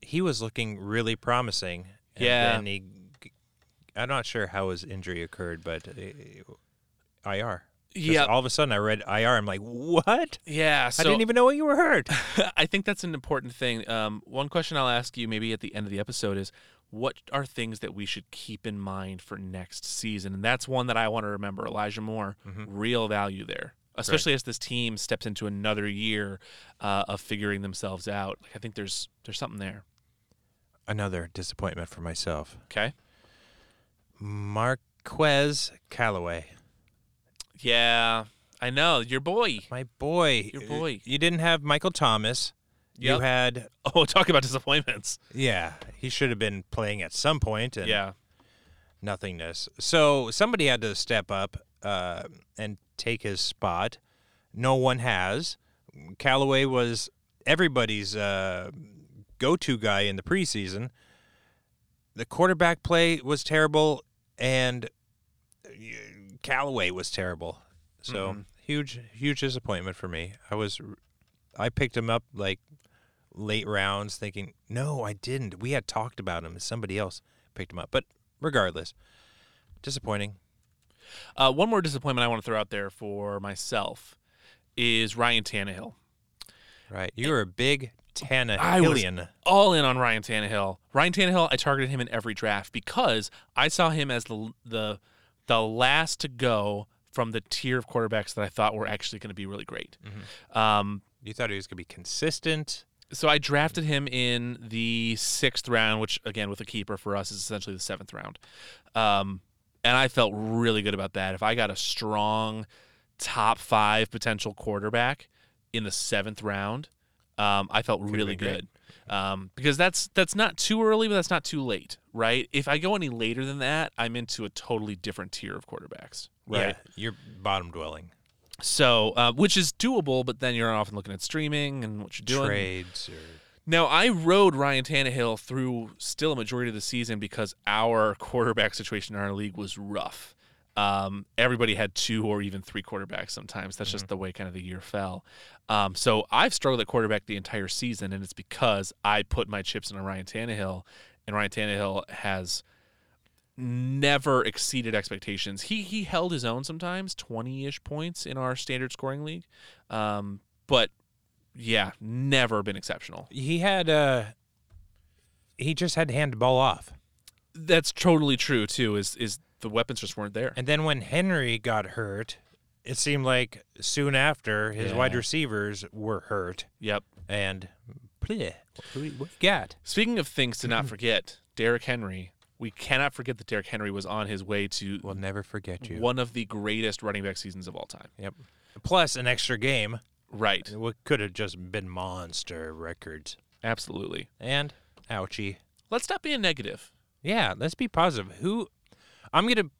Speaker 1: he was looking really promising. And
Speaker 2: Yeah.
Speaker 1: Then he, I'm not sure how his injury occurred, but uh, IR. 'Cause
Speaker 2: Yeah.
Speaker 1: All of a sudden, I read IR. I'm like, what?
Speaker 2: Yeah. So
Speaker 1: I didn't even know you were hurt.
Speaker 2: [laughs] I think that's an important thing. Um, one question I'll ask you maybe at the end of the episode is what are things that we should keep in mind for next season? And that's one that I want to remember. Elijah Moore, real value there, especially as this team steps into another year uh, of figuring themselves out. Like I think there's there's something there.
Speaker 1: [sighs] Another disappointment for myself.
Speaker 2: Okay.
Speaker 1: Marquez Callaway,
Speaker 2: Yeah, I know your boy. [laughs]
Speaker 1: my boy. uh,
Speaker 2: Your boy.
Speaker 1: You didn't have Michael Thomas. You
Speaker 2: Yep.
Speaker 1: had,
Speaker 2: Oh, talk about disappointments.
Speaker 1: yeah, he should have been playing at some point. And
Speaker 2: Yeah.
Speaker 1: nothingness. So somebody had to step up uh, and take his spot. No one has. Callaway was everybody's uh, go-to guy in the preseason. The quarterback play was terrible, and uh, Callaway was terrible. So huge, huge disappointment for me. I was, I picked him up like late rounds, thinking, no, I didn't. We had talked about him. Somebody else picked him up, but regardless, disappointing.
Speaker 2: Uh, one more disappointment I want to throw out there for myself is Ryan Tannehill.
Speaker 1: Right, you were a big
Speaker 2: Eh, I was
Speaker 1: Tannehillian.
Speaker 2: all in on Ryan Tannehill. Ryan Tannehill, I targeted him in every draft because I saw him as the the the last to go from the tier of quarterbacks that I thought were actually going to be really great. Um,
Speaker 1: You thought he was going to be consistent.
Speaker 2: so I drafted him in the sixth round, which again with a keeper for us is essentially the seventh round. Um, and I felt really good about that. If I got a strong top five potential quarterback in the seventh round, um, I felt really
Speaker 1: been great.
Speaker 2: good. um, because that's that's not too early, but that's not too late, right? If I go any later than that, I'm into a totally different tier of quarterbacks, right?
Speaker 1: Yeah, you're bottom dwelling.
Speaker 2: So, uh, which is doable, but then you're often looking at streaming and what you're doing.
Speaker 1: Trades or
Speaker 2: Now, I rode Ryan Tannehill through still a majority of the season because our quarterback situation in our league was rough. Um, everybody had two or even three quarterbacks sometimes. That's just the way kind of the year fell. Um, so I've struggled at quarterback the entire season, and it's because I put my chips in on Ryan Tannehill, and Ryan Tannehill has never exceeded expectations. He he held his own sometimes, twenty ish points in our standard scoring league, um, but yeah, never been exceptional.
Speaker 1: he had uh he just had to hand the ball off.
Speaker 2: That's totally true too. Is is the weapons just weren't there?
Speaker 1: And then when Henry got hurt, it seemed like soon after his wide
Speaker 2: Yeah.
Speaker 1: receivers were hurt
Speaker 2: yep.
Speaker 1: and bleh, what do we what we got?
Speaker 2: Speaking of things to
Speaker 1: Mm-hmm.
Speaker 2: not forget, Derrick Henry. We cannot forget that Derrick Henry was on his way to
Speaker 1: We'll never forget you.
Speaker 2: one of the greatest running back seasons of all time.
Speaker 1: Yep. Plus an extra game.
Speaker 2: Right.
Speaker 1: What could have just been monster records.
Speaker 2: Absolutely.
Speaker 1: And ouchie.
Speaker 2: Let's stop being negative.
Speaker 1: Yeah, let's be positive. Who I'm going to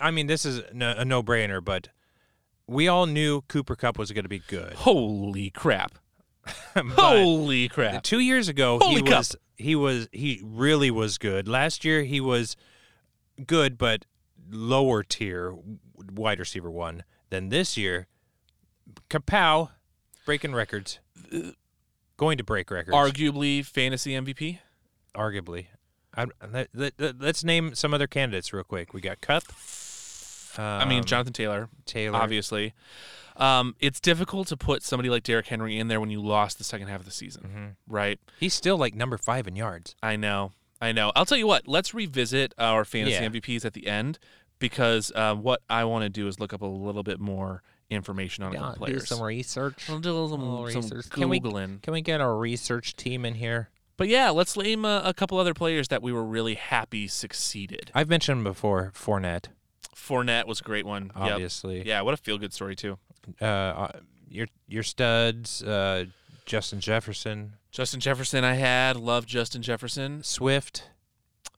Speaker 1: I mean this is no- a no-brainer, but we all knew Cooper Cup was going to be good. [laughs]
Speaker 2: Holy crap.
Speaker 1: But-
Speaker 2: Holy crap.
Speaker 1: Two years ago,
Speaker 2: Holy
Speaker 1: he
Speaker 2: cup.
Speaker 1: was he was he really was good. Last year, he was good, but lower tier wide receiver one. Then this year, Kapow breaking records, going to break records.
Speaker 2: Arguably fantasy MVP.
Speaker 1: arguably, I, let, us name some other candidates real quick. We got Cup.
Speaker 2: I mean,
Speaker 1: um,
Speaker 2: Jonathan Taylor,
Speaker 1: Taylor.
Speaker 2: obviously. Um, it's difficult to put somebody like Derrick Henry in there when you lost the second half of the season,
Speaker 1: Mm-hmm.
Speaker 2: right?
Speaker 1: He's still like number five in yards.
Speaker 2: I know. I know. I'll tell you what. Let's revisit our fantasy
Speaker 1: Yeah.
Speaker 2: MVPs at the end because uh, what I want to do is look up a little bit more information on a couple players.
Speaker 1: research.
Speaker 2: I'll do some, some googling.
Speaker 1: Can we can we get our research team in here?
Speaker 2: But yeah, let's name uh, a couple other players that we were really happy succeeded.
Speaker 1: I've mentioned him before, Fournette.
Speaker 2: Fournette was a great one. Yep.
Speaker 1: Obviously.
Speaker 2: Yeah, what a feel good story, too.
Speaker 1: Uh, uh, your your studs, uh, Justin Jefferson,
Speaker 2: Justin Jefferson, I had. Love Justin Jefferson.
Speaker 1: Swift.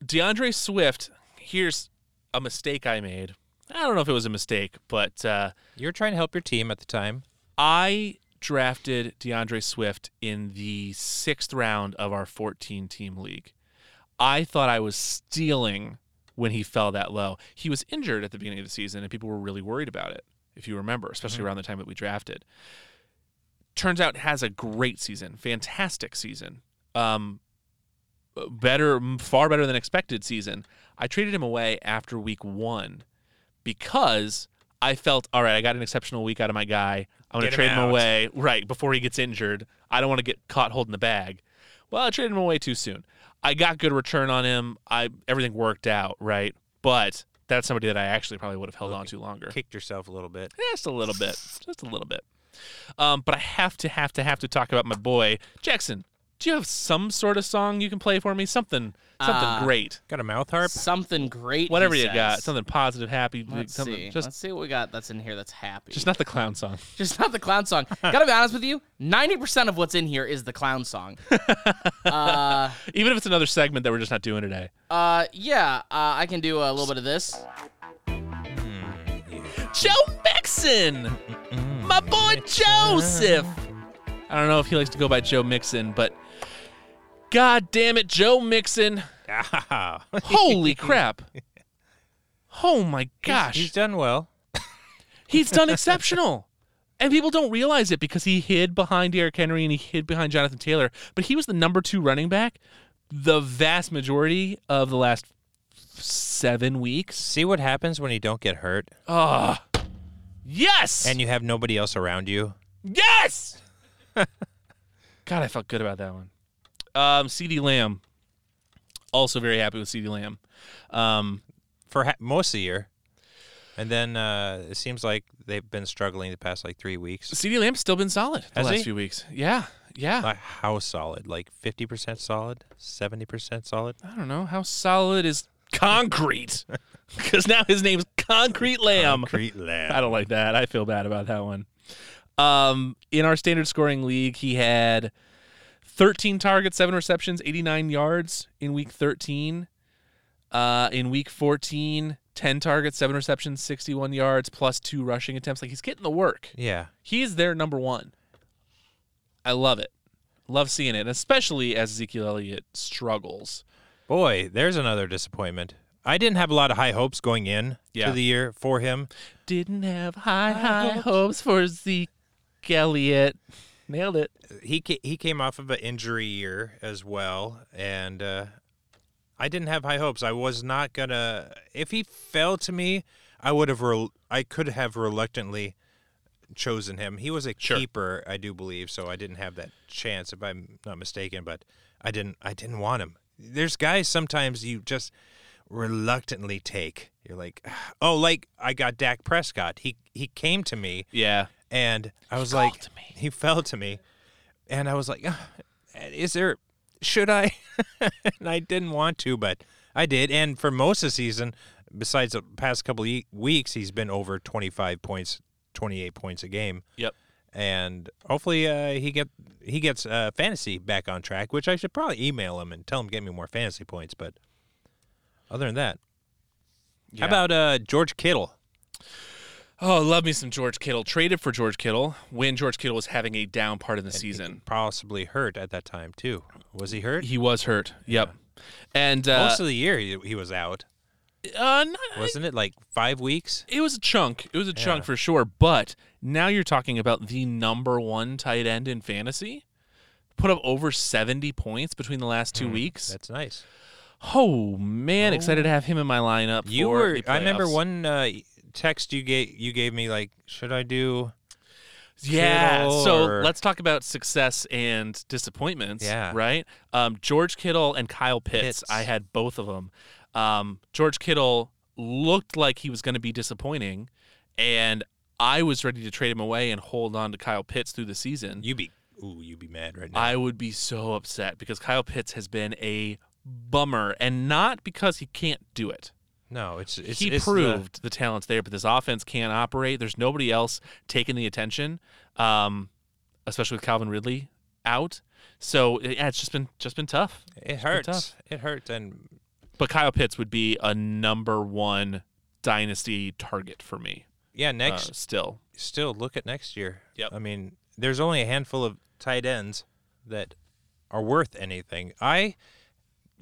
Speaker 2: DeAndre Swift, here's a mistake I made. I don't know if it was a mistake, but uh,
Speaker 1: You were trying to help your team at the time.
Speaker 2: I drafted DeAndre Swift in the sixth round of our 14 team league. I thought I was stealing when he fell that low. He was injured at the beginning of the season, and people were really worried about it, if you remember, especially
Speaker 1: Mm-hmm.
Speaker 2: around the time that we drafted. Turns out has a great season, fantastic season, um, better, far better than expected season. I traded him away after week one because I felt all right. I got an exceptional week out of my guy. I'm going
Speaker 1: Get
Speaker 2: to
Speaker 1: him
Speaker 2: trade him,
Speaker 1: out.
Speaker 2: away right before he gets injured. I don't want to get caught holding the bag. Well, I traded him away too soon. I got good return on him. I everything worked out right, but that's somebody that I actually probably would have held on to longer.
Speaker 1: Kicked yourself a little bit.
Speaker 2: Just a little bit, just a little bit. Um, but I have to, have to, have to talk about my boy Jackson. Do you have some sort of song you can play for me? Something, something
Speaker 9: Uh,
Speaker 2: great.
Speaker 1: Got a mouth harp.
Speaker 9: Something great. he
Speaker 2: Whatever you got,
Speaker 9: says.
Speaker 2: something positive, happy,
Speaker 9: Let's
Speaker 2: something
Speaker 9: see.
Speaker 2: just
Speaker 9: Let's see what we got that's in here that's happy.
Speaker 2: Just not the clown song.
Speaker 9: Just not the clown song. Gotta be honest with you, 90% of what's in here is the clown song. uh,
Speaker 2: Even if it's another segment that we're just not doing today.
Speaker 9: uh, yeah, uh, I can do a little bit of this.
Speaker 2: Joe Mixon! My boy Joseph! I don't know if he likes to go by Joe Mixon, but God damn it, Joe Mixon.
Speaker 1: Ah, [laughs]
Speaker 2: Holy crap. Oh my gosh.
Speaker 1: he's done well.
Speaker 2: [laughs] He's done exceptional. And people don't realize it because he hid behind Derrick Henry and he hid behind Jonathan Taylor. But he was the number two running back the vast majority of the last seven weeks.
Speaker 1: See what happens when you don't get hurt
Speaker 2: Ugh. Yes.
Speaker 1: and you have nobody else around you.
Speaker 2: yes. [laughs] God, I felt good about that one. Um, CD Lamb. Also very happy with CD Lamb. Um,
Speaker 1: for ha- most of the year. And then uh, it seems like they've been struggling the past like three weeks.
Speaker 2: CD Lamb's still been solid the
Speaker 1: Has
Speaker 2: last
Speaker 1: he?
Speaker 2: few weeks. Yeah. Yeah.
Speaker 1: Like how solid? Like fifty percent solid, seventy percent solid.
Speaker 2: I don't know how solid is concrete [laughs] because now his name's Concrete Lamb. I don't like that. I feel bad about that one. Um, in our standard scoring league, he had 13 targets, seven receptions, 89 yards in week 13. Uh, in week 14, 10 targets, seven receptions, 61 yards, plus two rushing attempts. Like he's getting the work.
Speaker 1: Yeah.
Speaker 2: He's their number one. I love it. Love seeing it, especially as Ezekiel Elliott struggles.
Speaker 1: Boy, there's another disappointment. I didn't have a lot of high hopes going in
Speaker 2: Yeah.
Speaker 1: to the year for him.
Speaker 2: Didn't have high, high hopes for Zeke Elliott. Nailed it.
Speaker 1: He ca- he came off of an injury year as well, and uh, I didn't have high hopes. I was not gonna. If he fell to me, I would have. Rel- I could have reluctantly chosen him. He was a keeper, I do believe, so I didn't have that chance, if I'm not mistaken. But I didn't. I didn't want him. There's guys sometimes you just reluctantly take. You're like, oh, like I got Dak Prescott. He he came to me.
Speaker 2: Yeah.
Speaker 1: And I was like, he fell to me, and I was like, "Ah, is there? Should I? [laughs] and I didn't want to, but I did. And for most of the season, besides the past couple of weeks, he's been over 25 points, 28 points a game.
Speaker 2: Yep.
Speaker 1: And hopefully, uh, he get he gets uh, fantasy back on track, which I should probably email him and tell him to get me more fantasy points. But other than that,
Speaker 2: Yeah.
Speaker 1: how about uh, George Kittle?
Speaker 2: Oh, love me some George Kittle. Traded for George Kittle when George Kittle was having a down part of the season.
Speaker 1: Possibly hurt at that time too. Was he hurt?
Speaker 2: He was hurt. Yep. And uh,
Speaker 1: Most of the year he, he was out,
Speaker 2: uh, not,
Speaker 1: wasn't it? Like five weeks.
Speaker 2: it was a chunk. It was a chunk
Speaker 1: Yeah.
Speaker 2: for sure. But now you're talking about the number one tight end in fantasy. Put up over 70 points between the last
Speaker 1: Mm,
Speaker 2: two weeks.
Speaker 1: That's nice.
Speaker 2: oh, man. Excited to have him in my lineup.
Speaker 1: You
Speaker 2: for
Speaker 1: were.
Speaker 2: the
Speaker 1: I remember
Speaker 2: playoffs.
Speaker 1: one uh, text you gave you gave me like, should I do?
Speaker 2: Yeah.
Speaker 1: Kittle
Speaker 2: so
Speaker 1: or-
Speaker 2: let's talk about success and disappointments.
Speaker 1: Yeah.
Speaker 2: Right. Um, George Kittle and Kyle Pitts,
Speaker 1: Pitts.
Speaker 2: I had both of them. Um, George Kittle looked like he was going to be disappointing, and I was ready to trade him away and hold on to Kyle Pitts through the season.
Speaker 1: You be. Ooh, you be mad right now.
Speaker 2: I would be so upset because Kyle Pitts has been a bummer, and not because he can't do it
Speaker 1: no, it's it's.
Speaker 2: he
Speaker 1: it's uh, the-
Speaker 2: proved the, talent's there, but this offense can't operate. There's nobody else taking the attention, um, especially with Calvin Ridley out. So yeah, it's just been just been tough.
Speaker 1: it
Speaker 2: It's been
Speaker 1: hurts.
Speaker 2: tough.
Speaker 1: It hurts, and
Speaker 2: But Kyle Pitts would be a number one dynasty target for me.
Speaker 1: yeah,
Speaker 2: uh,
Speaker 1: next
Speaker 2: still,
Speaker 1: still look at next year.
Speaker 2: Yep.
Speaker 1: I mean, there's only a handful of tight ends that are worth anything. I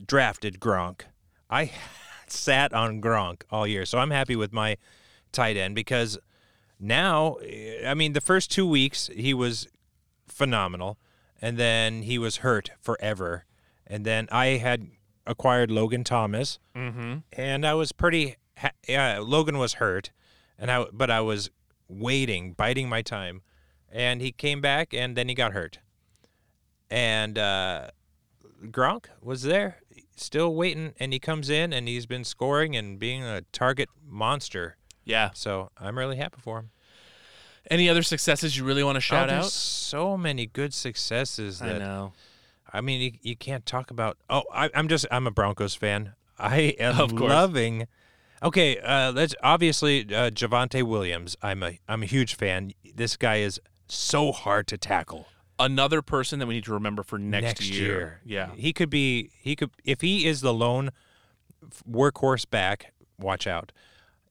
Speaker 1: drafted Gronk. I [laughs] sat on Gronk all year, so I'm happy with my tight end because now, eh, I mean, the first two weeks he was phenomenal, and then he was hurt forever, and then I had acquired Logan Thomas,
Speaker 2: mm-hmm.
Speaker 1: and I was pretty. Ha- yeah, Logan was hurt, and I but I was waiting, biding my time, and he came back, and then he got hurt, and uh, Gronk was there, still waiting, and he comes in, and he's been scoring and being a target monster.
Speaker 2: yeah.
Speaker 1: So I'm really happy for him.
Speaker 2: Any other successes you really want to shout
Speaker 1: Oh, there's
Speaker 2: out?
Speaker 1: So many good successes
Speaker 2: I
Speaker 1: that
Speaker 2: know.
Speaker 1: I mean, you, you can't talk about. Oh, I, I'm just. I'm a Broncos fan. I am
Speaker 2: Of course.
Speaker 1: loving. Okay, uh, let's obviously uh, Javante Williams. I'm a. I'm a huge fan. This guy is so hard to tackle
Speaker 2: Another person that we need to remember for next,
Speaker 1: year.
Speaker 2: Yeah.
Speaker 1: he could be. He could if he is the lone f- workhorse back. Watch out.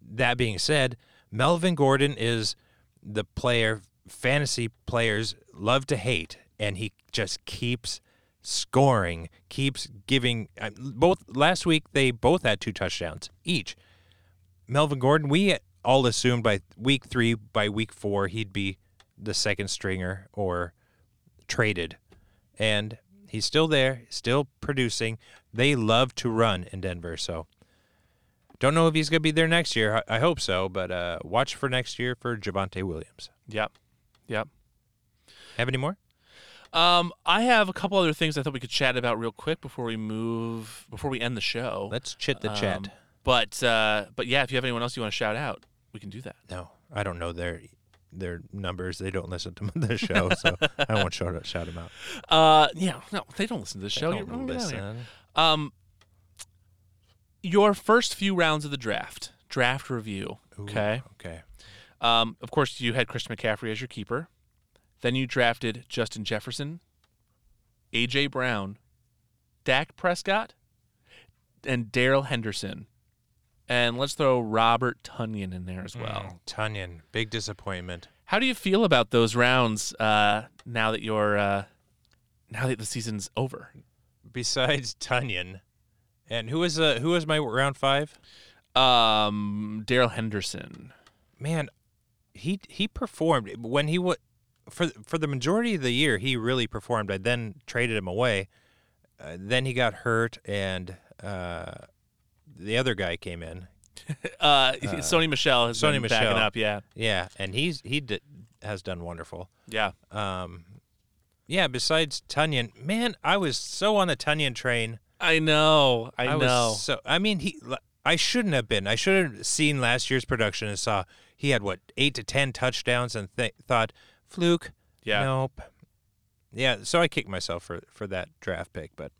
Speaker 1: That being said, Melvin Gordon is the player fantasy players love to hate, and he just keeps scoring, keeps giving. I- Both last week they both had two touchdowns each. Melvin Gordon, we all assumed by week three, by week four, he'd be the second stringer or traded. And he's still there, still producing. They love to run in Denver. So don't know if he's going to be there next year. I, I hope so. But uh, watch for next year for Javante Williams.
Speaker 2: Yep. Yep.
Speaker 1: Have any more?
Speaker 2: Um, I have a couple other things I thought we could chat about real quick before we move before we end the show.
Speaker 1: Let's chit the
Speaker 2: Um,
Speaker 1: chat.
Speaker 2: But uh, but yeah, if you have anyone else you want to shout out, we can do that.
Speaker 1: No, I don't know their their numbers. They don't listen to [laughs] the show, so I won't shout, shout them out.
Speaker 2: Uh, yeah, no, they don't listen to the show.
Speaker 1: They
Speaker 2: Get-
Speaker 1: don't
Speaker 2: get out of here.
Speaker 1: listen.
Speaker 2: Um, your first few rounds of the draft, draft review. Okay.
Speaker 1: Okay.
Speaker 2: Um, of course, you had Christian McCaffrey as your keeper. Then you drafted Justin Jefferson, AJ Brown, Dak Prescott, and Daryl Henderson. And let's throw Robert Tunyon in there as
Speaker 1: Mm.
Speaker 2: well.
Speaker 1: Tunyon, big disappointment.
Speaker 2: How do you feel about those rounds uh, now that you're uh, now that the season's over?
Speaker 1: Besides Tunyon, and who is uh, who is my round five?
Speaker 2: Um, Daryl Henderson.
Speaker 1: Man, he he performed when he was for for the majority of the year. He really performed. I then traded him away. Uh, then he got hurt, and uh, the other guy came in.
Speaker 2: Uh, Sony Michelle has
Speaker 1: Sony
Speaker 2: been
Speaker 1: Michel.
Speaker 2: backing up. Yeah,
Speaker 1: yeah, and he's he d- has done wonderful.
Speaker 2: yeah.
Speaker 1: Um, yeah. Besides Tunyon, man, I was so on the Tunyon train.
Speaker 2: I know. I,
Speaker 1: was
Speaker 2: know.
Speaker 1: so I mean, he. I shouldn't have been. I should have seen last year's production and saw he had what eight to ten touchdowns and th- thought fluke.
Speaker 2: Yeah.
Speaker 1: Nope. Yeah. So I kicked myself for for that draft pick, but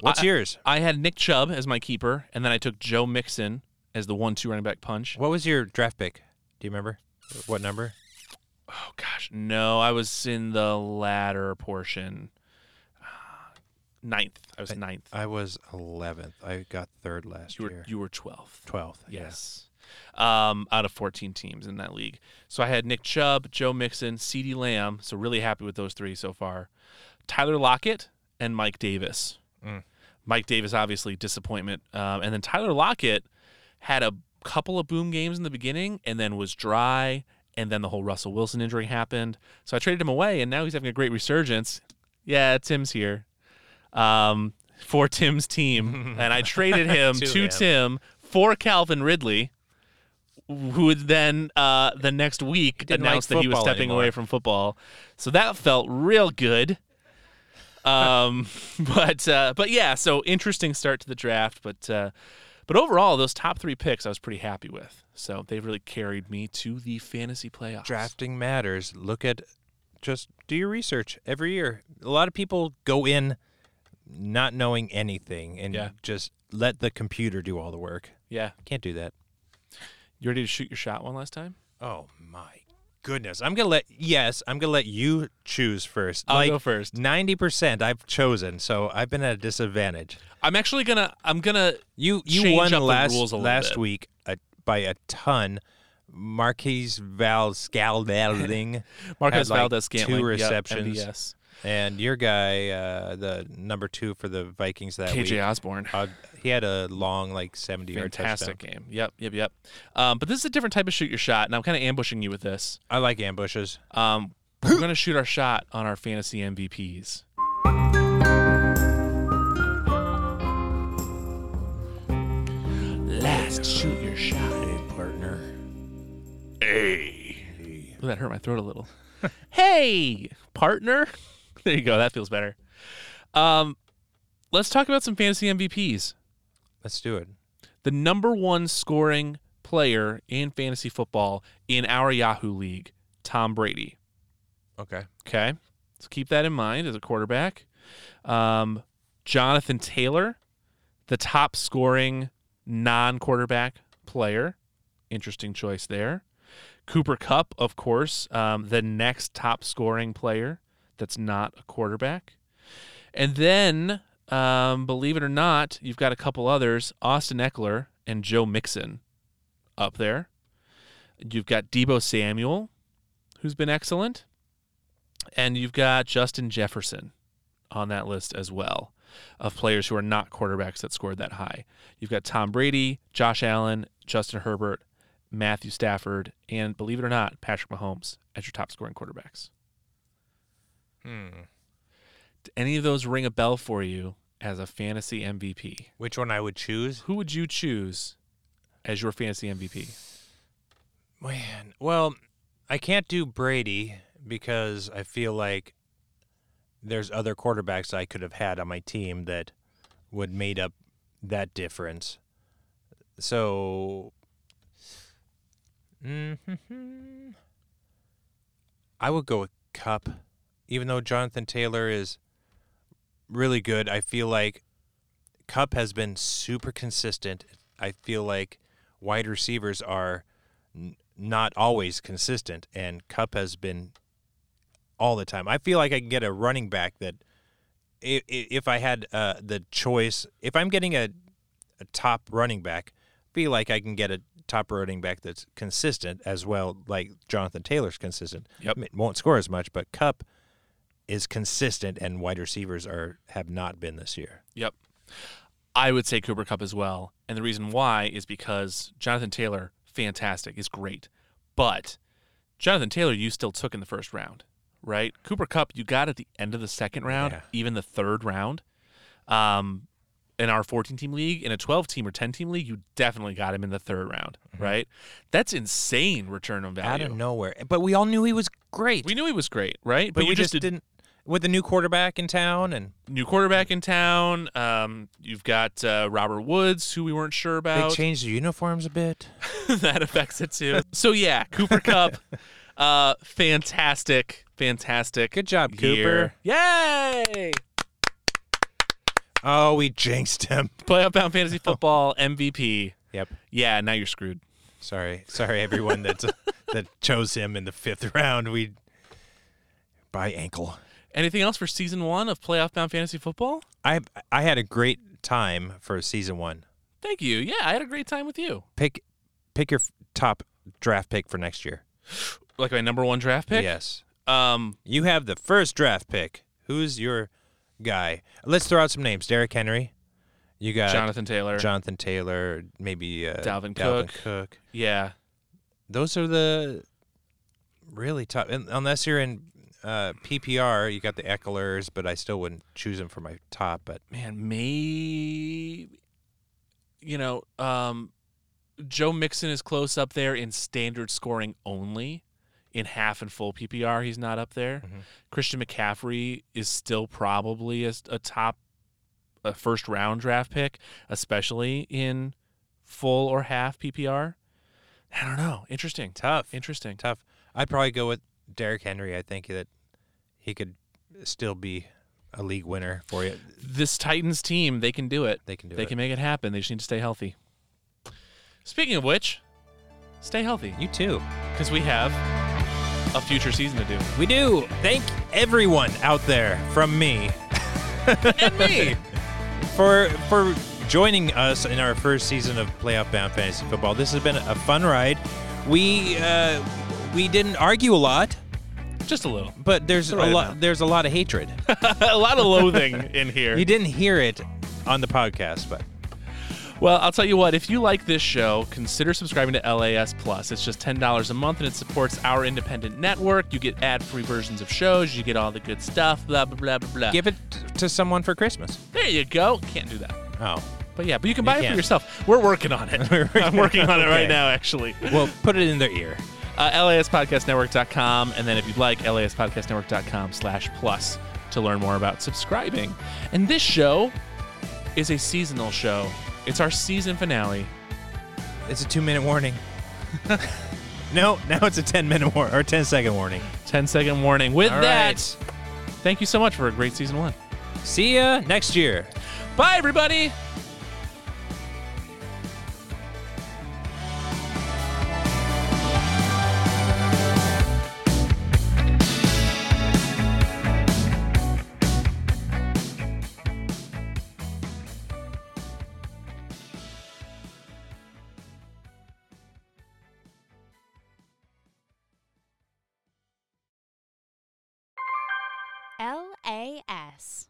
Speaker 1: what's
Speaker 2: I-
Speaker 1: yours?
Speaker 2: I had Nick Chubb as my keeper, and then I took Joe Mixon as the one-two running back punch.
Speaker 1: What was your draft pick? Do you remember? What number?
Speaker 2: Oh gosh, no, I was in the latter portion. Ah, Ninth. I was ninth.
Speaker 1: I was 11th. I got third last
Speaker 2: you were
Speaker 1: year.
Speaker 2: you were twelfth.
Speaker 1: 12th. yeah.
Speaker 2: Yes. Um, out of 14 teams in that league. So I had Nick Chubb, Joe Mixon, CeeDee Lamb. So really happy with those three so far. Tyler Lockett and Mike Davis. Mike Davis, obviously, disappointment. Um, and then Tyler Lockett had a couple of boom games in the beginning and then was dry. And then the whole Russell Wilson injury happened. So I traded him away, and now he's having a great resurgence. Yeah, Tim's here. Um, for
Speaker 1: [laughs]
Speaker 2: Tim's team. and I traded him
Speaker 1: To
Speaker 2: to,
Speaker 1: him.
Speaker 2: Tim for Calvin Ridley, who would then uh, the next week
Speaker 1: didn't
Speaker 2: announced
Speaker 1: like
Speaker 2: that he was
Speaker 1: football
Speaker 2: stepping
Speaker 1: anymore.
Speaker 2: away from football. So that felt real good. Um, [laughs] but uh, but yeah, so interesting start to the draft, but uh, but overall, those top three picks I was pretty happy with. So they've really carried me to the fantasy playoffs.
Speaker 1: Drafting matters. Look at just do your research every year. A lot of people go in not knowing anything and
Speaker 2: Yeah.
Speaker 1: just let the computer do all the work.
Speaker 2: Yeah,
Speaker 1: Can't do that.
Speaker 2: you ready to shoot your shot one last time?
Speaker 1: Oh my goodness. I'm going to let yes, I'm going to let you choose first.
Speaker 2: I'll
Speaker 1: like
Speaker 2: go first.
Speaker 1: 90% I've chosen, so I've been at a disadvantage.
Speaker 2: I'm actually gonna I'm gonna
Speaker 1: You you
Speaker 2: change
Speaker 1: won
Speaker 2: up the
Speaker 1: last
Speaker 2: rules a little
Speaker 1: last
Speaker 2: bit.
Speaker 1: week uh, by a ton. Marquise [laughs] Valscalding,
Speaker 2: Marcus Valdez Scantling
Speaker 1: two receptions,
Speaker 2: Yes.
Speaker 1: and your guy, uh, the number two for the Vikings that
Speaker 2: KJ
Speaker 1: week,
Speaker 2: Osborne.
Speaker 1: uh, he had a long like seventy yard
Speaker 2: Fantastic
Speaker 1: touchdown.
Speaker 2: game. Yep, yep, yep. Um, but this is a different type of shoot your shot, and I'm kind of ambushing you with this.
Speaker 1: I like ambushes.
Speaker 2: Um, we're going to shoot our shot on our fantasy MVPs. Last shoot your shot. eh,
Speaker 1: Hey partner,
Speaker 2: Ooh, that hurt my throat a little. [laughs] hey, partner. There you go. That feels better. Um, let's talk about some fantasy MVPs.
Speaker 1: let's do it.
Speaker 2: the number one scoring player in fantasy football in our Yahoo league, Tom Brady.
Speaker 1: Okay,
Speaker 2: Okay. So keep that in mind as a quarterback. Um, Jonathan Taylor, the top scoring non quarterback player. Interesting choice there. Cooper Cup, of course, um, the next top scoring player that's not a quarterback. And then, um, believe it or not, you've got a couple others Austin Eckler and Joe Mixon up there. You've got Debo Samuel, who's been excellent and you've got Justin Jefferson on that list as well of players who are not quarterbacks that scored that high. You've got Tom Brady, Josh Allen, Justin Herbert, Matthew Stafford, and believe it or not, Patrick Mahomes as your top scoring quarterbacks. Do any of those ring a bell for you as a fantasy MVP?
Speaker 1: which one I would choose?
Speaker 2: Who would you choose as your fantasy MVP?
Speaker 1: Man, well, I can't do Brady because I feel like there's other quarterbacks I could have had on my team that would made up that difference. So, Mhm. I would go with Cup, even though Jonathan Taylor is really good. I feel like Cup has been super consistent. I feel like wide receivers are n- not always consistent, and Cup has been all the time. I feel like I can get a running back that i- i- if I had uh, the choice, if I'm getting a, a top running back, be like I can get a top running back that's consistent as well, like Jonathan Taylor's consistent. Yep. It won't score as much, but Cup is consistent, and wide receivers are have not been this year.
Speaker 2: Yep. I would say Cooper Cup as well. And the reason why is because Jonathan Taylor, fantastic, is great. But Jonathan Taylor, you still took in the first round, right? Cooper Cup, you got at the end of the second round, even the third round. Um, in our 14 team league, in a 12 team or 10 team league, you definitely got him in the third round, right? That's insane return on value.
Speaker 1: Mm-hmm. Out of nowhere, but we all knew he was great.
Speaker 2: We knew he was great, right?
Speaker 1: But,
Speaker 2: But you
Speaker 1: we
Speaker 2: just
Speaker 1: just, didn't. With the new quarterback in town and
Speaker 2: new quarterback in town. Um, you've got uh, Robert Woods, who we weren't sure about.
Speaker 1: they changed the uniforms a bit.
Speaker 2: [laughs] that affects it too. So yeah, Cooper Cup, uh, fantastic, fantastic. Good
Speaker 1: job,
Speaker 2: year. Yay!
Speaker 1: Oh, we jinxed him.
Speaker 2: Playoff bound fantasy football MVP.
Speaker 1: [laughs] Yep.
Speaker 2: Yeah, now you're screwed.
Speaker 1: Sorry, sorry, everyone that's that [laughs] chose him in the fifth round. We by ankle.
Speaker 2: Anything else for season one of playoff bound fantasy football?
Speaker 1: I I had a great time for season one.
Speaker 2: Thank you. Yeah, I had a great time with you.
Speaker 1: Pick pick your f- top draft pick for next year.
Speaker 2: Like my number one draft pick.
Speaker 1: Yes.
Speaker 2: Um,
Speaker 1: you have the first draft pick. Who's your guy? Let's throw out some names. Derrick Henry. You got
Speaker 2: Jonathan Taylor.
Speaker 1: Jonathan Taylor. Maybe uh, Dalvin
Speaker 2: Dalvin, Cook.
Speaker 1: Cook.
Speaker 2: Yeah.
Speaker 1: Those are the really tough. un- Unless you're in uh, PPR, you got the Ecklers, but I still wouldn't choose him for my top. But
Speaker 2: man, maybe you know, um, Joe Mixon is close up there in standard scoring only. In half and full PPR, he's not up there. Christian McCaffrey is still probably a, s- a top, a first round draft pick, especially in full or half PPR. I don't know. Interesting.
Speaker 1: Tough.
Speaker 2: Interesting.
Speaker 1: Tough. I'd probably go with Derrick Henry. I think that he could still be a league winner for you.
Speaker 2: This Titans team, they can do it.
Speaker 1: They can do
Speaker 2: They
Speaker 1: it.
Speaker 2: can make it happen. They just need to stay healthy. Speaking of which, stay healthy.
Speaker 1: You too.
Speaker 2: Because we have a future season to do.
Speaker 1: We do. Thank everyone out there from me
Speaker 2: and me
Speaker 1: [laughs] for for joining us in our first season of Playoff Bound Fantasy Football. This has been a fun ride. We uh, we didn't argue a lot,
Speaker 2: just a little,
Speaker 1: but there's
Speaker 2: The right
Speaker 1: a lot
Speaker 2: amount.
Speaker 1: there's a lot of hatred.
Speaker 2: a lot of loathing [laughs] in here.
Speaker 1: You didn't hear it on the podcast, but
Speaker 2: Well, I'll tell you what, if you like this show, consider subscribing to LAS Plus. It's just $10 a month and it supports our independent network. You get ad free versions of shows, you get all the good stuff, blah, blah, blah, blah, blah.
Speaker 1: give it t- to someone for Christmas.
Speaker 2: There you go. Can't do that.
Speaker 1: Oh.
Speaker 2: But yeah, but you can buy it for
Speaker 1: can.
Speaker 2: yourself. We're working on
Speaker 1: [laughs]
Speaker 2: it. I'm working on it right
Speaker 1: Okay.
Speaker 2: now, actually.
Speaker 1: Well, put it in their ear.
Speaker 2: Uh, laspodcastnetwork.com, and then if you'd like, laspodcastnetwork.com slash plus to learn more about subscribing. And this show is a seasonal show. It's our season finale.
Speaker 1: It's a two minute
Speaker 2: [laughs]
Speaker 1: warning. no, now it's a 10 minute war- or 10 second warning.
Speaker 2: 10 second warning. With
Speaker 1: All
Speaker 2: that,
Speaker 1: right.
Speaker 2: thank you so much for a great season one.
Speaker 1: See ya next year.
Speaker 2: Bye, everybody.
Speaker 6: LAS.